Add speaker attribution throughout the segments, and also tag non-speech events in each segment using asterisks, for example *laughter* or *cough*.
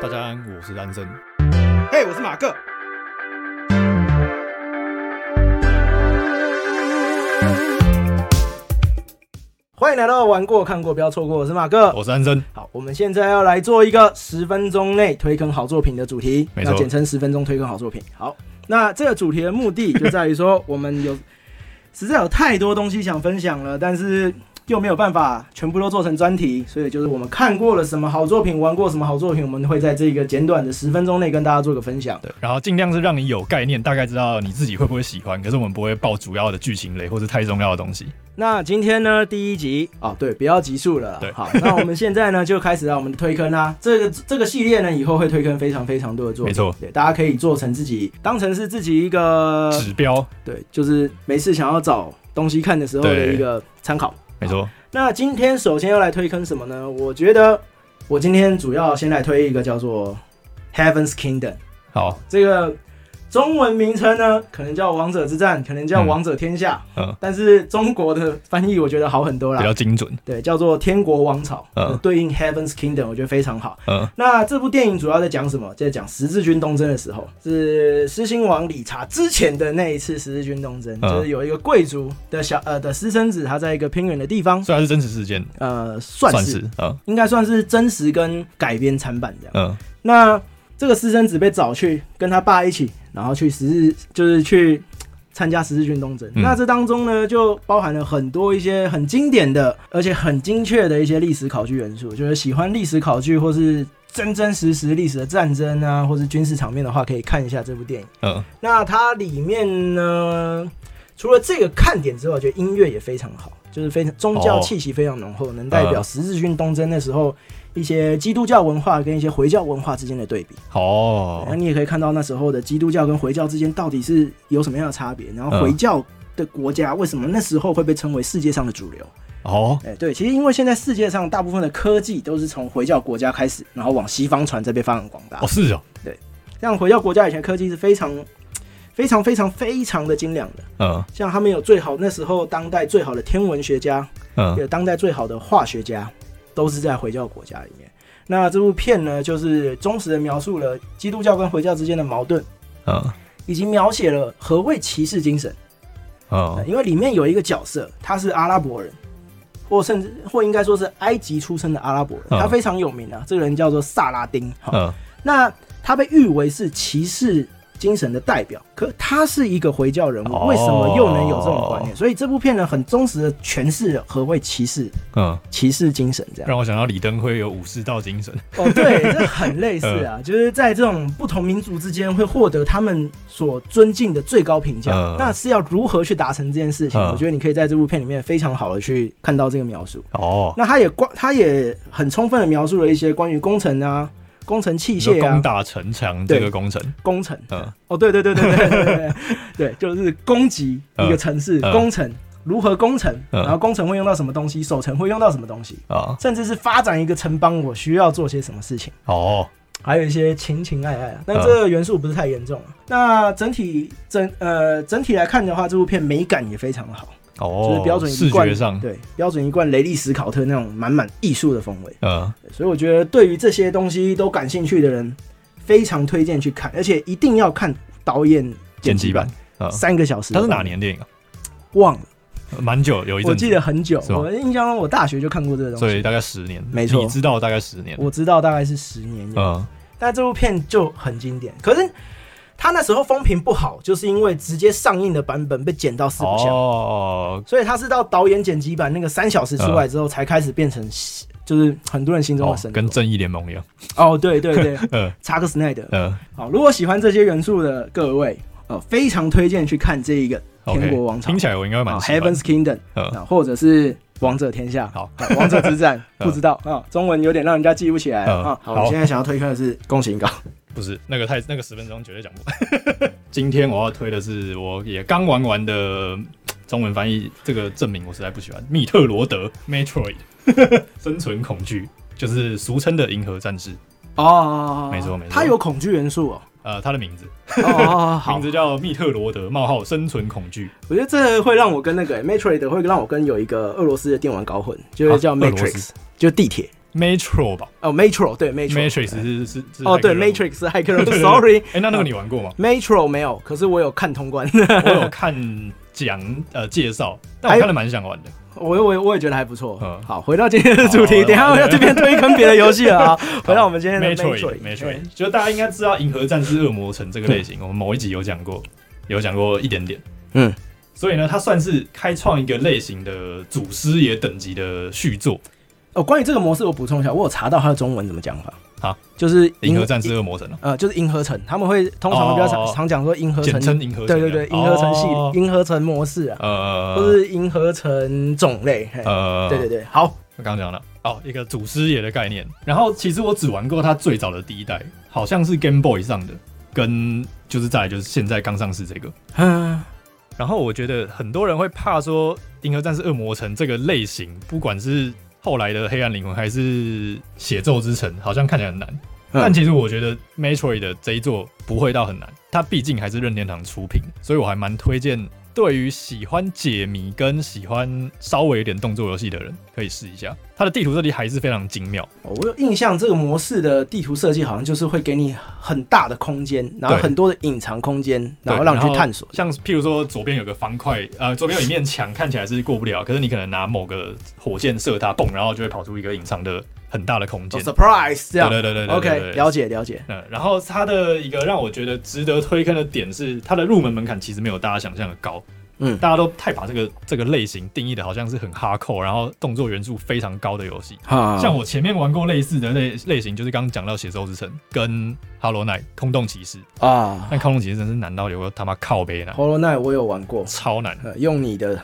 Speaker 1: 大家安，我是安生。
Speaker 2: 嘿我是马克。欢迎来到玩过看过不要错过，我是马克。
Speaker 1: 我是安生，
Speaker 2: 好，我们现在要来做一个十分钟内推坑好作品的主题，
Speaker 1: 没
Speaker 2: 要
Speaker 1: 错
Speaker 2: 简称十分钟推坑好作品。好，那这个主题的目的就在于说，我们有 *laughs* 实在有太多东西想分享了，但是又没有办法全部都做成专题，所以就是我们看过了什么好作品，玩过什么好作品，我们会在这个简短的十分钟内跟大家做个分享。
Speaker 1: 对，然后尽量是让你有概念，大概知道你自己会不会喜欢，可是我们不会爆主要的剧情类或是太重要的东西。
Speaker 2: 那今天呢，第一集哦，对，不要急速了啦。
Speaker 1: 对
Speaker 2: 好，那我们现在呢就开始啊，我 *laughs* 们的推坑啦、这个这个系列呢，以后会推坑非常非常多的作品，
Speaker 1: 没错
Speaker 2: 对，大家可以做成自己，当成是自己一个，
Speaker 1: 指标，
Speaker 2: 对，就是没事想要找东西看的时候的
Speaker 1: 对
Speaker 2: 一个参考。
Speaker 1: 没错，
Speaker 2: 那今天首先要来推坑什么呢？我觉得我今天主要先来推一个叫做《Heaven's Kingdom》
Speaker 1: 好，
Speaker 2: 这个。中文名称呢，可能叫《王者之战》，可能叫《
Speaker 1: 嗯
Speaker 2: 王者天下》
Speaker 1: 嗯
Speaker 2: 但是中国的翻译我觉得好很多啦
Speaker 1: 比，较精准，
Speaker 2: 对，叫做《天国王朝》
Speaker 1: 嗯
Speaker 2: 呃对应 Heaven's Kingdom，我觉得非常好。
Speaker 1: 嗯，
Speaker 2: 那这部电影主要在讲什么？在讲十字军东征的时候，是狮心王理查之前的那一次十字军东征，
Speaker 1: 嗯
Speaker 2: 就是有一个贵族的小呃的私生子，他在一个偏远的地方，
Speaker 1: 虽然是真实事件，
Speaker 2: 呃，算是
Speaker 1: 是，嗯
Speaker 2: 应该算是真实跟改编参半这样。
Speaker 1: 嗯，
Speaker 2: 那这个私生子被找去跟他爸一起，然后去十字，就是去参加十字军东征。
Speaker 1: 嗯
Speaker 2: 那这当中呢，就包含了很多一些很经典的，而且很精确的一些历史考据元素。就是喜欢历史考据或是真真实实历史的战争啊，或是军事场面的话，可以看一下这部电影。
Speaker 1: 嗯，
Speaker 2: 那它里面呢，除了这个看点之外，我觉得音乐也非常好，就是非常宗教
Speaker 1: 哦嗯
Speaker 2: 气息非常浓厚，能代表十字军东征那时候一些基督教文化跟一些回教文化之间的对比。
Speaker 1: 好哦
Speaker 2: 然后，你也可以看到那时候的基督教跟回教之间到底是有什么样的差别，然后回
Speaker 1: 嗯
Speaker 2: 教。的国家为什么那时候会被称为世界上的主流？
Speaker 1: 哦，
Speaker 2: 哎、对，其实因为现在世界上大部分的科技都是从回教国家开始，然后往西方传，再被发扬光大
Speaker 1: 哦，。是哦，
Speaker 2: 像回教国家以前科技是非常、非常、非常、非常的精良的，
Speaker 1: 嗯
Speaker 2: 像他们有最好那时候当代最好的天文学家，
Speaker 1: 嗯，
Speaker 2: 有当代最好的化学家，都是在回教国家里面。那这部片呢，就是忠实的描述了基督教跟回教之间的矛盾，
Speaker 1: 嗯
Speaker 2: 以及描写了何谓骑士精神。呃
Speaker 1: 嗯，
Speaker 2: 因为里面有一个角色，他是阿拉伯人，或甚至或应该说是埃及出生的阿拉伯人，
Speaker 1: 嗯
Speaker 2: 他非常有名啊。这个人叫做萨拉丁。好
Speaker 1: 嗯，
Speaker 2: 那他被誉为是骑士精神的代表，可他是一个回教人物，
Speaker 1: 哦
Speaker 2: 为什么又能有这种观念？所以这部片呢，很忠实的诠释了何谓骑士
Speaker 1: 嗯，
Speaker 2: 骑士精神这样。
Speaker 1: 让我想到李登辉有武士道精神，
Speaker 2: 哦，对，这很类似
Speaker 1: *laughs* 嗯
Speaker 2: 啊，就是在这种不同民族之间会获得他们所尊敬的最高评价。
Speaker 1: 嗯
Speaker 2: 那是要如何去达成这件事情？
Speaker 1: 嗯
Speaker 2: 我觉得你可以在这部片里面非常好的去看到这个描述。
Speaker 1: 哦，
Speaker 2: 那他也关，他也很充分的描述了一些关于工程啊、工程器
Speaker 1: 你说
Speaker 2: 械啊
Speaker 1: 攻、打城墙这个工程，
Speaker 2: 工程，
Speaker 1: 嗯
Speaker 2: 哦，对对对对对对对
Speaker 1: *laughs*
Speaker 2: 对，对，就是攻击一个城市，
Speaker 1: 嗯嗯
Speaker 2: 工程如何攻城，
Speaker 1: 嗯
Speaker 2: 然后工程会用到什么东西，守城会用到什么东西，
Speaker 1: 啊，
Speaker 2: 甚至是发展一个城邦，我需要做些什么事情，
Speaker 1: 哦，
Speaker 2: 还有一些情情爱爱
Speaker 1: 嗯
Speaker 2: 啊。但这个元素不是太严重啊。那整体整呃整体来看的话，这部片美感也非常好，
Speaker 1: 哦，
Speaker 2: 就是标准一
Speaker 1: 视
Speaker 2: 贯
Speaker 1: 觉上，
Speaker 2: 对标准一贯雷利史考特那种满满艺术的风味。
Speaker 1: 嗯。
Speaker 2: 所以我觉得对于这些东西都感兴趣的人，非常推荐去看，而且一定要看导演
Speaker 1: 剪辑版，嗯，
Speaker 2: 三个小时。
Speaker 1: 它是哪？年电影啊？
Speaker 2: 忘了，
Speaker 1: 呃蛮久，有一阵，
Speaker 2: 我记，得很久。
Speaker 1: 是吗
Speaker 2: 我印象中我大学就看过这个东
Speaker 1: 所
Speaker 2: 西
Speaker 1: 以，大概十年，
Speaker 2: 没错
Speaker 1: 你知道大概十年，
Speaker 2: 我知道大概是十年前。
Speaker 1: 嗯，
Speaker 2: 但这部片就很经典，可是他那时候风评不好，就是因为直接上映的版本被剪到四不像，
Speaker 1: 哦，
Speaker 2: 所以他是到导演剪辑版那个三小时出来之后，才开始变成就是很多人心中的
Speaker 1: 嗯哦
Speaker 2: 神，作。
Speaker 1: 跟正义联盟一样， *laughs*
Speaker 2: 哦，对对对，
Speaker 1: 呃
Speaker 2: 查克·斯奈德。
Speaker 1: 呃，
Speaker 2: 好，如果喜欢这些元素的各位，呃，非常推荐去看这一个《天
Speaker 1: OK，
Speaker 2: 国王朝
Speaker 1: 听》起来我应该会
Speaker 2: 啊，
Speaker 1: 蛮
Speaker 2: 《
Speaker 1: 喜欢
Speaker 2: Heaven's Kingdom》
Speaker 1: 呃，
Speaker 2: 啊，或者是《王者天下》
Speaker 1: 好，
Speaker 2: 啊王者之战
Speaker 1: *laughs* 嗯
Speaker 2: 不知道啊，中文有点让人家记不起来
Speaker 1: 嗯
Speaker 2: 啊。好，
Speaker 1: 好
Speaker 2: 我现在想要推开的是《
Speaker 1: *laughs*
Speaker 2: 宫行稿》，
Speaker 1: 不是那个太那个十分钟绝对讲不完。 *laughs* 今天我要推的是我也刚玩完的中文翻译，这个证明我实在不喜欢《密特罗德》（Metroid） *laughs* 生存恐惧，就是俗称的银河战士，
Speaker 2: 哦
Speaker 1: 没错没错
Speaker 2: 它有恐惧元素
Speaker 1: *laughs*
Speaker 2: 哦。
Speaker 1: 呃，它的名字
Speaker 2: 哦哦，好
Speaker 1: 名，字叫密特罗德冒号生存恐惧，
Speaker 2: 我觉得这会让我跟那个 Matrix 会让我跟有一个俄罗斯的电玩搞混，就是叫
Speaker 1: 啊俄罗斯
Speaker 2: Matrix，就地铁
Speaker 1: Metro 吧
Speaker 2: 哦，Metro 对 Metro
Speaker 1: ，Matrix 是是是
Speaker 2: 哦，
Speaker 1: 骇客
Speaker 2: 对
Speaker 1: 任 *laughs* 务
Speaker 2: ，Matrix 是骇客任务
Speaker 1: 对对对
Speaker 2: ，Sorry
Speaker 1: 哎、那那个你玩过吗？
Speaker 2: *laughs* Metro 没有，可是我有看通关，
Speaker 1: 我有看讲呃介绍，但我看了蛮想玩的。
Speaker 2: 我我我也觉得还不错
Speaker 1: 嗯。
Speaker 2: 好，回到今天的主题，
Speaker 1: 好
Speaker 2: 等一下
Speaker 1: 好
Speaker 2: 要这边推坑别的游戏了
Speaker 1: *laughs*
Speaker 2: 啊。回到我们今天的
Speaker 1: 没错
Speaker 2: Metroid，
Speaker 1: 没错
Speaker 2: 对，
Speaker 1: 就是大家应该知道《银河战士：恶魔城》这个类型，我们某一集有讲过，有讲过一点点。
Speaker 2: 嗯，
Speaker 1: 所以呢，它算是开创一个类型的祖师爷等级的续作，
Speaker 2: 哦，关于这个模式我补充一下，我有查到它的中文怎么讲法。
Speaker 1: 好，
Speaker 2: 就是
Speaker 1: 《银河战士：恶魔城》啊，
Speaker 2: 呃，就是银河城，他们会通常会比较
Speaker 1: 哦哦
Speaker 2: 常
Speaker 1: 哦
Speaker 2: 常讲说银河
Speaker 1: 简
Speaker 2: 城，
Speaker 1: 称银河城
Speaker 2: 对
Speaker 1: 啊。
Speaker 2: 对对，银河城系
Speaker 1: 哦，
Speaker 2: 银河城模式啊，
Speaker 1: 呃，
Speaker 2: 或是银河城种类。嘿
Speaker 1: 呃，
Speaker 2: 对对对，好，
Speaker 1: 我刚刚讲了哦，一个祖师爷的概念。然后其实我只玩过它最早的第一代，好像是 Game Boy 上的，跟就是再来就是现在刚上市这个。
Speaker 2: 嗯，
Speaker 1: 然后我觉得很多人会怕说《银河战士：恶魔城》这个类型，不管是后来的《黑暗灵魂》还是《血咒之城》，好像看起来很难。但其实我觉得《Metroid》的这一座不会到很难，它毕竟还是任天堂出品，所以我还蛮推荐对于喜欢解谜跟喜欢稍微有点动作游戏的人可以试一下。它的地图设计还是非常精妙，
Speaker 2: 哦我有印象，这个模式的地图设计好像就是会给你很大的空间，然后
Speaker 1: 对
Speaker 2: 很多的隐藏空间，然后
Speaker 1: 对
Speaker 2: 让你去探索。
Speaker 1: 像譬如说左边有个方块，呃，左边有一面墙看起来是过不了，可是你可能拿某个火箭射它，蹦，然后就会跑出一个隐藏的很大的空
Speaker 2: 哦
Speaker 1: 间。
Speaker 2: surprise 这样
Speaker 1: 对对对对对
Speaker 2: OK，
Speaker 1: 对
Speaker 2: 了解了解。
Speaker 1: 嗯，然后它的一个让我觉得值得推坑的点是，它的入门门槛其实没有大家想象的高。
Speaker 2: 嗯
Speaker 1: 大家都太把这个这个类型定义的好像是很哈扣，然后动作元素非常高的游戏。
Speaker 2: 好
Speaker 1: 像我前面玩过类似的类类型，就是刚刚讲到《血咒之城》跟《Hollow Knight》空洞骑士，
Speaker 2: 啊哦
Speaker 1: 但空洞骑士真是难到有个他妈靠背难，
Speaker 2: ，Hollow Knight 我有玩过，
Speaker 1: 超难。
Speaker 2: 呃用你的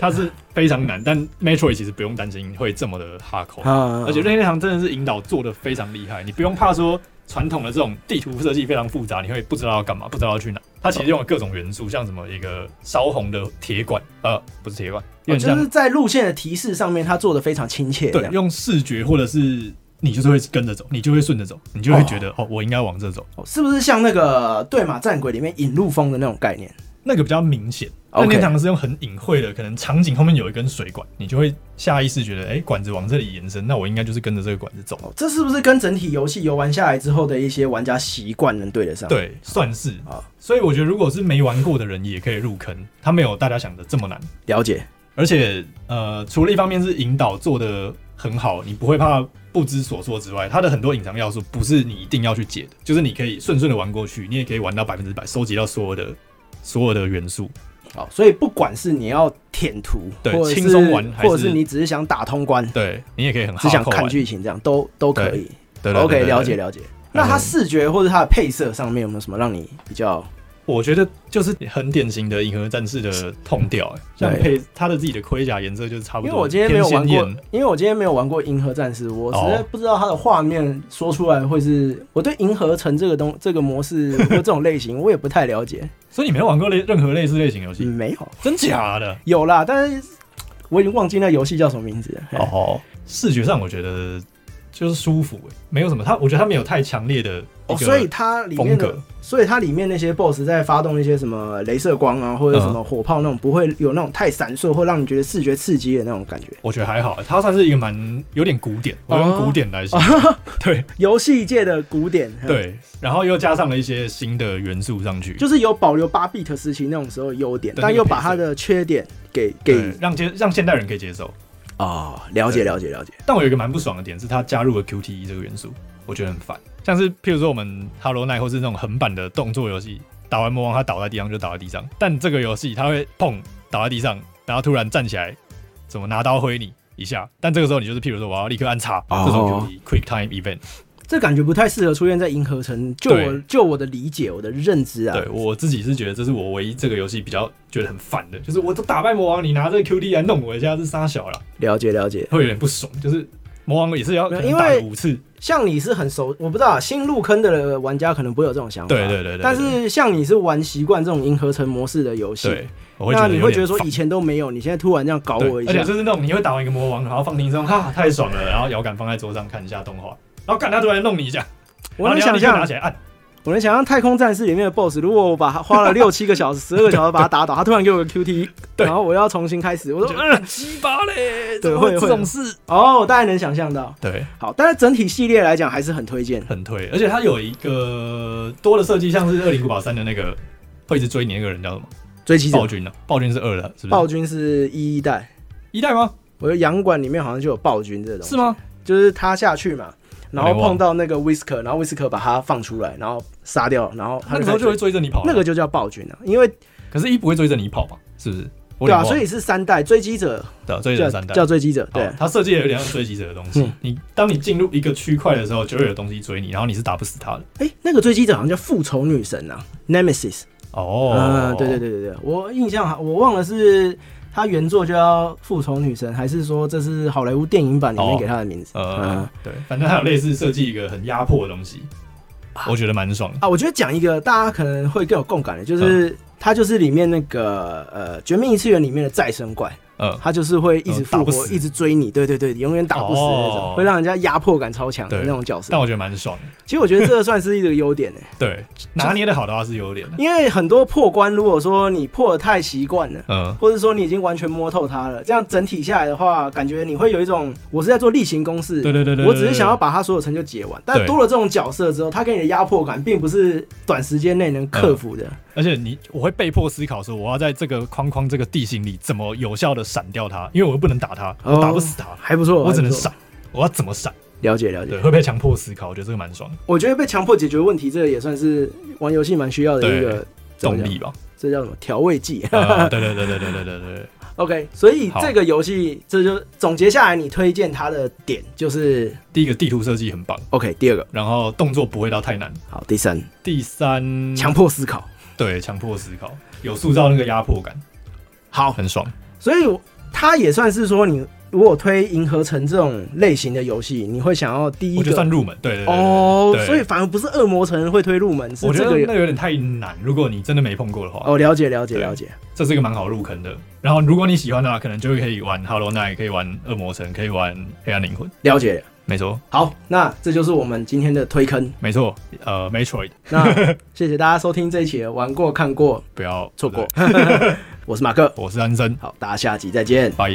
Speaker 1: 它是非常难，但 Metroid 其实不用担心会这么的哈口，
Speaker 2: 啊
Speaker 1: 而且任天堂真的是引导做的非常厉害，你不用怕说传统的这种地图设计非常复杂，你会不知道要干嘛，不知道要去哪。它其实用了各种元素，像什么一个烧红的铁管，呃，不是铁管，有点
Speaker 2: 哦就
Speaker 1: 像、
Speaker 2: 是在路线的提示上面，他做的非常亲切。这
Speaker 1: 对，
Speaker 2: 样
Speaker 1: 用视觉或者是你就是会跟着走，你就会顺着走，你就会觉得哦我应该往这走，
Speaker 2: 哦是不是像那个《对马战鬼》里面引路风的那种概念？
Speaker 1: 那个比较明显。
Speaker 2: OK
Speaker 1: 任天堂是用很隐晦的，可能场景后面有一根水管，你就会下意识觉得，哎、管子往这里延伸，那我应该就是跟着这个管子走。
Speaker 2: 哦，这是不是跟整体游戏游玩下来之后的一些玩家习惯能对得上？
Speaker 1: 对，算是
Speaker 2: 好。
Speaker 1: 所以我觉得，如果是没玩过的人也可以入坑，它没有大家想的这么难。
Speaker 2: 了解。
Speaker 1: 而且，呃，除了一方面是引导做的很好，你不会怕不知所措之外，它的很多隐藏要素不是你一定要去解的，就是你可以顺顺的玩过去，你也可以玩到百分之百，收集到所有的所有的元素。
Speaker 2: 好，哦所以不管是你要舔图，
Speaker 1: 对
Speaker 2: 或者是
Speaker 1: 轻松玩还是
Speaker 2: 或者是你只是想打通关，
Speaker 1: 对你也可以很
Speaker 2: 只想
Speaker 1: 好
Speaker 2: 看剧情，这样都都可以。
Speaker 1: 对对对
Speaker 2: OK，
Speaker 1: 对对
Speaker 2: 了解了解。那它视觉或者它的配色上面有没有什么让你比较
Speaker 1: 我觉得就是很典型的银河战士的痛调、欸，像配他的自己的盔甲颜色就是差不
Speaker 2: 因
Speaker 1: 多。
Speaker 2: 为我今天没有玩
Speaker 1: 偏
Speaker 2: 过
Speaker 1: 鲜艳，
Speaker 2: 因为我今天没有玩过《银河战士》，我实在
Speaker 1: 哦
Speaker 2: 不知道它的画面说出来会是。我对《银河城》这个东这个模式 *laughs* 或这种类型，我也不太了解。
Speaker 1: 所以你没有玩过类任何类似类型游戏，
Speaker 2: 没有，
Speaker 1: 真假的？
Speaker 2: 有啦，但是我已经忘记那游戏叫什么名字了。嘿
Speaker 1: 哦，视觉上我觉得就是舒服、欸，没有什么，他我觉得他没有太强烈的一
Speaker 2: 哦，
Speaker 1: 个
Speaker 2: 所以它里
Speaker 1: 风
Speaker 2: 面的
Speaker 1: 格，，
Speaker 2: 所以它里面那些 BOSS 在发动一些什么镭射光啊，或者什么
Speaker 1: 嗯
Speaker 2: 火炮那种，不会有那种太闪烁或让你觉得视觉刺激的那种感觉。
Speaker 1: 我觉得还好，它算是一个蛮有点古典，我
Speaker 2: 啊
Speaker 1: 用古典来形容，
Speaker 2: *laughs*
Speaker 1: 对
Speaker 2: 游戏界的古典，嘿，
Speaker 1: 对，然后又加上了一些新的元素上去，
Speaker 2: 就是有保留八 bit 时期那种时候的优点，
Speaker 1: 的那
Speaker 2: 但
Speaker 1: 个
Speaker 2: 又把
Speaker 1: 配色
Speaker 2: 它的缺点给
Speaker 1: 对
Speaker 2: 给
Speaker 1: 让接让现代人可以接受。
Speaker 2: 哦，了解
Speaker 1: 对
Speaker 2: 了解了解。
Speaker 1: 但我有一个蛮不爽的点是，它加入了 QTE 这个元素，我觉得很烦。像是譬如说我们 Hello Night 或是那种横版的动作游戏，打完魔王他倒在地上就倒在地上，但这个游戏它会碰倒在地上，然后突然站起来，怎么拿刀挥你一下，但这个时候你就是譬如说我要立刻按叉、
Speaker 2: 哦
Speaker 1: 这种 QTE Quick Time Event，
Speaker 2: 这感觉不太适合出现在银河城。就我
Speaker 1: 对
Speaker 2: 就我的理解，我的认知啊，
Speaker 1: 对我自己是觉得这是我唯一这个游戏比较觉得很烦的，就是我都打败魔王，你拿这个 QTE 来弄我一下是杀小了，
Speaker 2: 了解了解。
Speaker 1: 会有点不爽，就是魔王也是要
Speaker 2: 没
Speaker 1: 可
Speaker 2: 有
Speaker 1: 能
Speaker 2: 因
Speaker 1: 打
Speaker 2: 为
Speaker 1: 个五次，
Speaker 2: 像你是很熟，我不知道啊新入坑的玩家可能不会有这种想法，
Speaker 1: 对对对对对
Speaker 2: 但是像你是玩习惯这种银河城模式的游戏，
Speaker 1: 对，我会觉
Speaker 2: 那
Speaker 1: 得
Speaker 2: 你
Speaker 1: 有
Speaker 2: 会
Speaker 1: 点
Speaker 2: 觉得说
Speaker 1: 烦
Speaker 2: 以前都没有，你现在突然这样搞
Speaker 1: 对，
Speaker 2: 我一
Speaker 1: 而且
Speaker 2: 下，
Speaker 1: 就是那种你会打完一个魔王，然后放轻松，哈，太爽了，然后摇杆放在桌上看一下动画，然后干他突然弄你一下，
Speaker 2: 我
Speaker 1: 然后啊
Speaker 2: 能
Speaker 1: 你要
Speaker 2: 想
Speaker 1: 立刻拿
Speaker 2: 象
Speaker 1: 起，来按，
Speaker 2: 我能想象《太空战士》里面的 BOSS，如果我把它花了六七个小时、十二个小时把它打倒，他突然给我个 QT，
Speaker 1: 对
Speaker 2: 然后我要重新开始，我说、嗯、
Speaker 1: 鸡巴嘞，怎
Speaker 2: 对
Speaker 1: 么
Speaker 2: 会
Speaker 1: 这
Speaker 2: 会
Speaker 1: 种事？
Speaker 2: 哦，我大概能想象到。
Speaker 1: 对，
Speaker 2: 好，但是整体系列来讲还是很推荐。
Speaker 1: 很推，而且它有一个多的设计，像是《恶灵古堡三》的那个会一直追你那个人叫什么？
Speaker 2: 追击者
Speaker 1: 暴君呢、暴君是二的，是不
Speaker 2: 暴
Speaker 1: 是？
Speaker 2: 君是一代，
Speaker 1: 一代吗？
Speaker 2: 我觉得洋馆里面好像就有暴君这种，
Speaker 1: 是吗？
Speaker 2: 就是他下去嘛，
Speaker 1: 我
Speaker 2: 然后
Speaker 1: 有点忘
Speaker 2: 碰到那个 Whisker，然后 Whisker 把他放出来，然后杀掉，然后他
Speaker 1: 那个时候
Speaker 2: 再
Speaker 1: 就会追着你跑啊，
Speaker 2: 那个就叫暴君啊，因为
Speaker 1: 可是一不会追着你跑吧？是不是？我
Speaker 2: 对
Speaker 1: 有点
Speaker 2: 啊，
Speaker 1: 忘
Speaker 2: 所
Speaker 1: 了
Speaker 2: 以是三代追击者
Speaker 1: 对啊追
Speaker 2: 叫
Speaker 1: 着三代
Speaker 2: 叫追击者，对
Speaker 1: 哦，它设计的有点像追击者的东西
Speaker 2: 嗯。
Speaker 1: 你当你进入一个区块的时候，就会有东西追你，然后你是打不死它的。
Speaker 2: 哎、那个追击者好像叫复仇女神啊，Nemesis。
Speaker 1: 哦，
Speaker 2: 嗯，对对对对对，我印象好我忘了是它原作就叫复仇女神，还是说这是好莱坞电影版里面
Speaker 1: 哦
Speaker 2: 给它的名字？嗯
Speaker 1: 呃，对，反正还有类似设计一个很压迫的东西，我觉得蛮爽的。
Speaker 2: 啊，我觉得讲一个大家可能会更有共感的，
Speaker 1: 嗯
Speaker 2: 就是它就是里面那个呃《绝命异次元》里面的再生怪，
Speaker 1: 嗯，
Speaker 2: 它就是会一直
Speaker 1: 嗯打
Speaker 2: 复
Speaker 1: 不
Speaker 2: 活，
Speaker 1: 死
Speaker 2: 一直追你，对对对，永远打不死的那种，
Speaker 1: 哦
Speaker 2: 会让人家压迫感超强的
Speaker 1: 对
Speaker 2: 那种角色
Speaker 1: 但。我觉得蛮爽的。
Speaker 2: 其实我觉得这个算是一个
Speaker 1: *laughs*
Speaker 2: 优点呢、
Speaker 1: 对，拿捏的好的话是有点的。
Speaker 2: 因为很多破关，如果说你破的太习惯了。
Speaker 1: 嗯，
Speaker 2: 或者说你已经完全摸透它了，这样整体下来的话，感觉你会有一种我是在做例行公事，
Speaker 1: 对对对对，
Speaker 2: 我只是想要把它所有成就解完。但
Speaker 1: 对
Speaker 2: 多了这种角色之后，它给你的压迫感并不是短时间内能克服的。
Speaker 1: 而且你我会被迫思考说，我要在这个框框、这个地形里怎么有效的闪掉它，因为我又不能打它，
Speaker 2: 哦
Speaker 1: 我打不死它，
Speaker 2: 还不错，
Speaker 1: 我只能
Speaker 2: 还不错
Speaker 1: 闪，我要怎么闪？
Speaker 2: 了解了解。
Speaker 1: 对，会被强迫思考，我觉得这个蛮爽的，
Speaker 2: 我觉得被强迫解决问题，这个也算是玩游戏蛮需要的一个
Speaker 1: 对
Speaker 2: 怎么
Speaker 1: 动
Speaker 2: 讲
Speaker 1: 力吧。
Speaker 2: 这叫什么调
Speaker 1: *laughs*
Speaker 2: 味剂
Speaker 1: 啊对对对对对对对对，
Speaker 2: ？OK，所以
Speaker 1: 好
Speaker 2: 这个游戏这就总结下来，你推荐它的点就是
Speaker 1: 第一个地图设计很棒，
Speaker 2: OK，第二个
Speaker 1: 然后动作不会到太难。
Speaker 2: 好，第三
Speaker 1: 第三，
Speaker 2: 强迫思考。
Speaker 1: 对强迫思考，有塑造那个压迫感，
Speaker 2: 好，
Speaker 1: 很爽。
Speaker 2: 所以它也算是说你。如果推银河城这种类型的游戏，你会想要第一
Speaker 1: 我觉得
Speaker 2: 个
Speaker 1: 算入门，对对对对
Speaker 2: 哦，
Speaker 1: 对
Speaker 2: 所以反而不是恶魔城会推入门，是
Speaker 1: 我觉得
Speaker 2: 这
Speaker 1: 那
Speaker 2: 个
Speaker 1: 个有点太难。如果你真的没碰过的话，
Speaker 2: 哦，了解了解
Speaker 1: 对
Speaker 2: 了解，
Speaker 1: 这是一个蛮好入坑的。然后如果你喜欢的话，可能就会可以玩《Hello Night》，可以玩《恶魔城》，可以玩《黑暗灵魂》。
Speaker 2: 了解。
Speaker 1: 没错，
Speaker 2: 好，那这就是我们今天的推坑。
Speaker 1: 没错，呃，Metroid
Speaker 2: 那谢谢大家收听这一期的玩过看过
Speaker 1: 不要
Speaker 2: 错过
Speaker 1: 对。
Speaker 2: *laughs* 我是马克，
Speaker 1: 我是安生，
Speaker 2: 好，大家下集再见。
Speaker 1: 拜。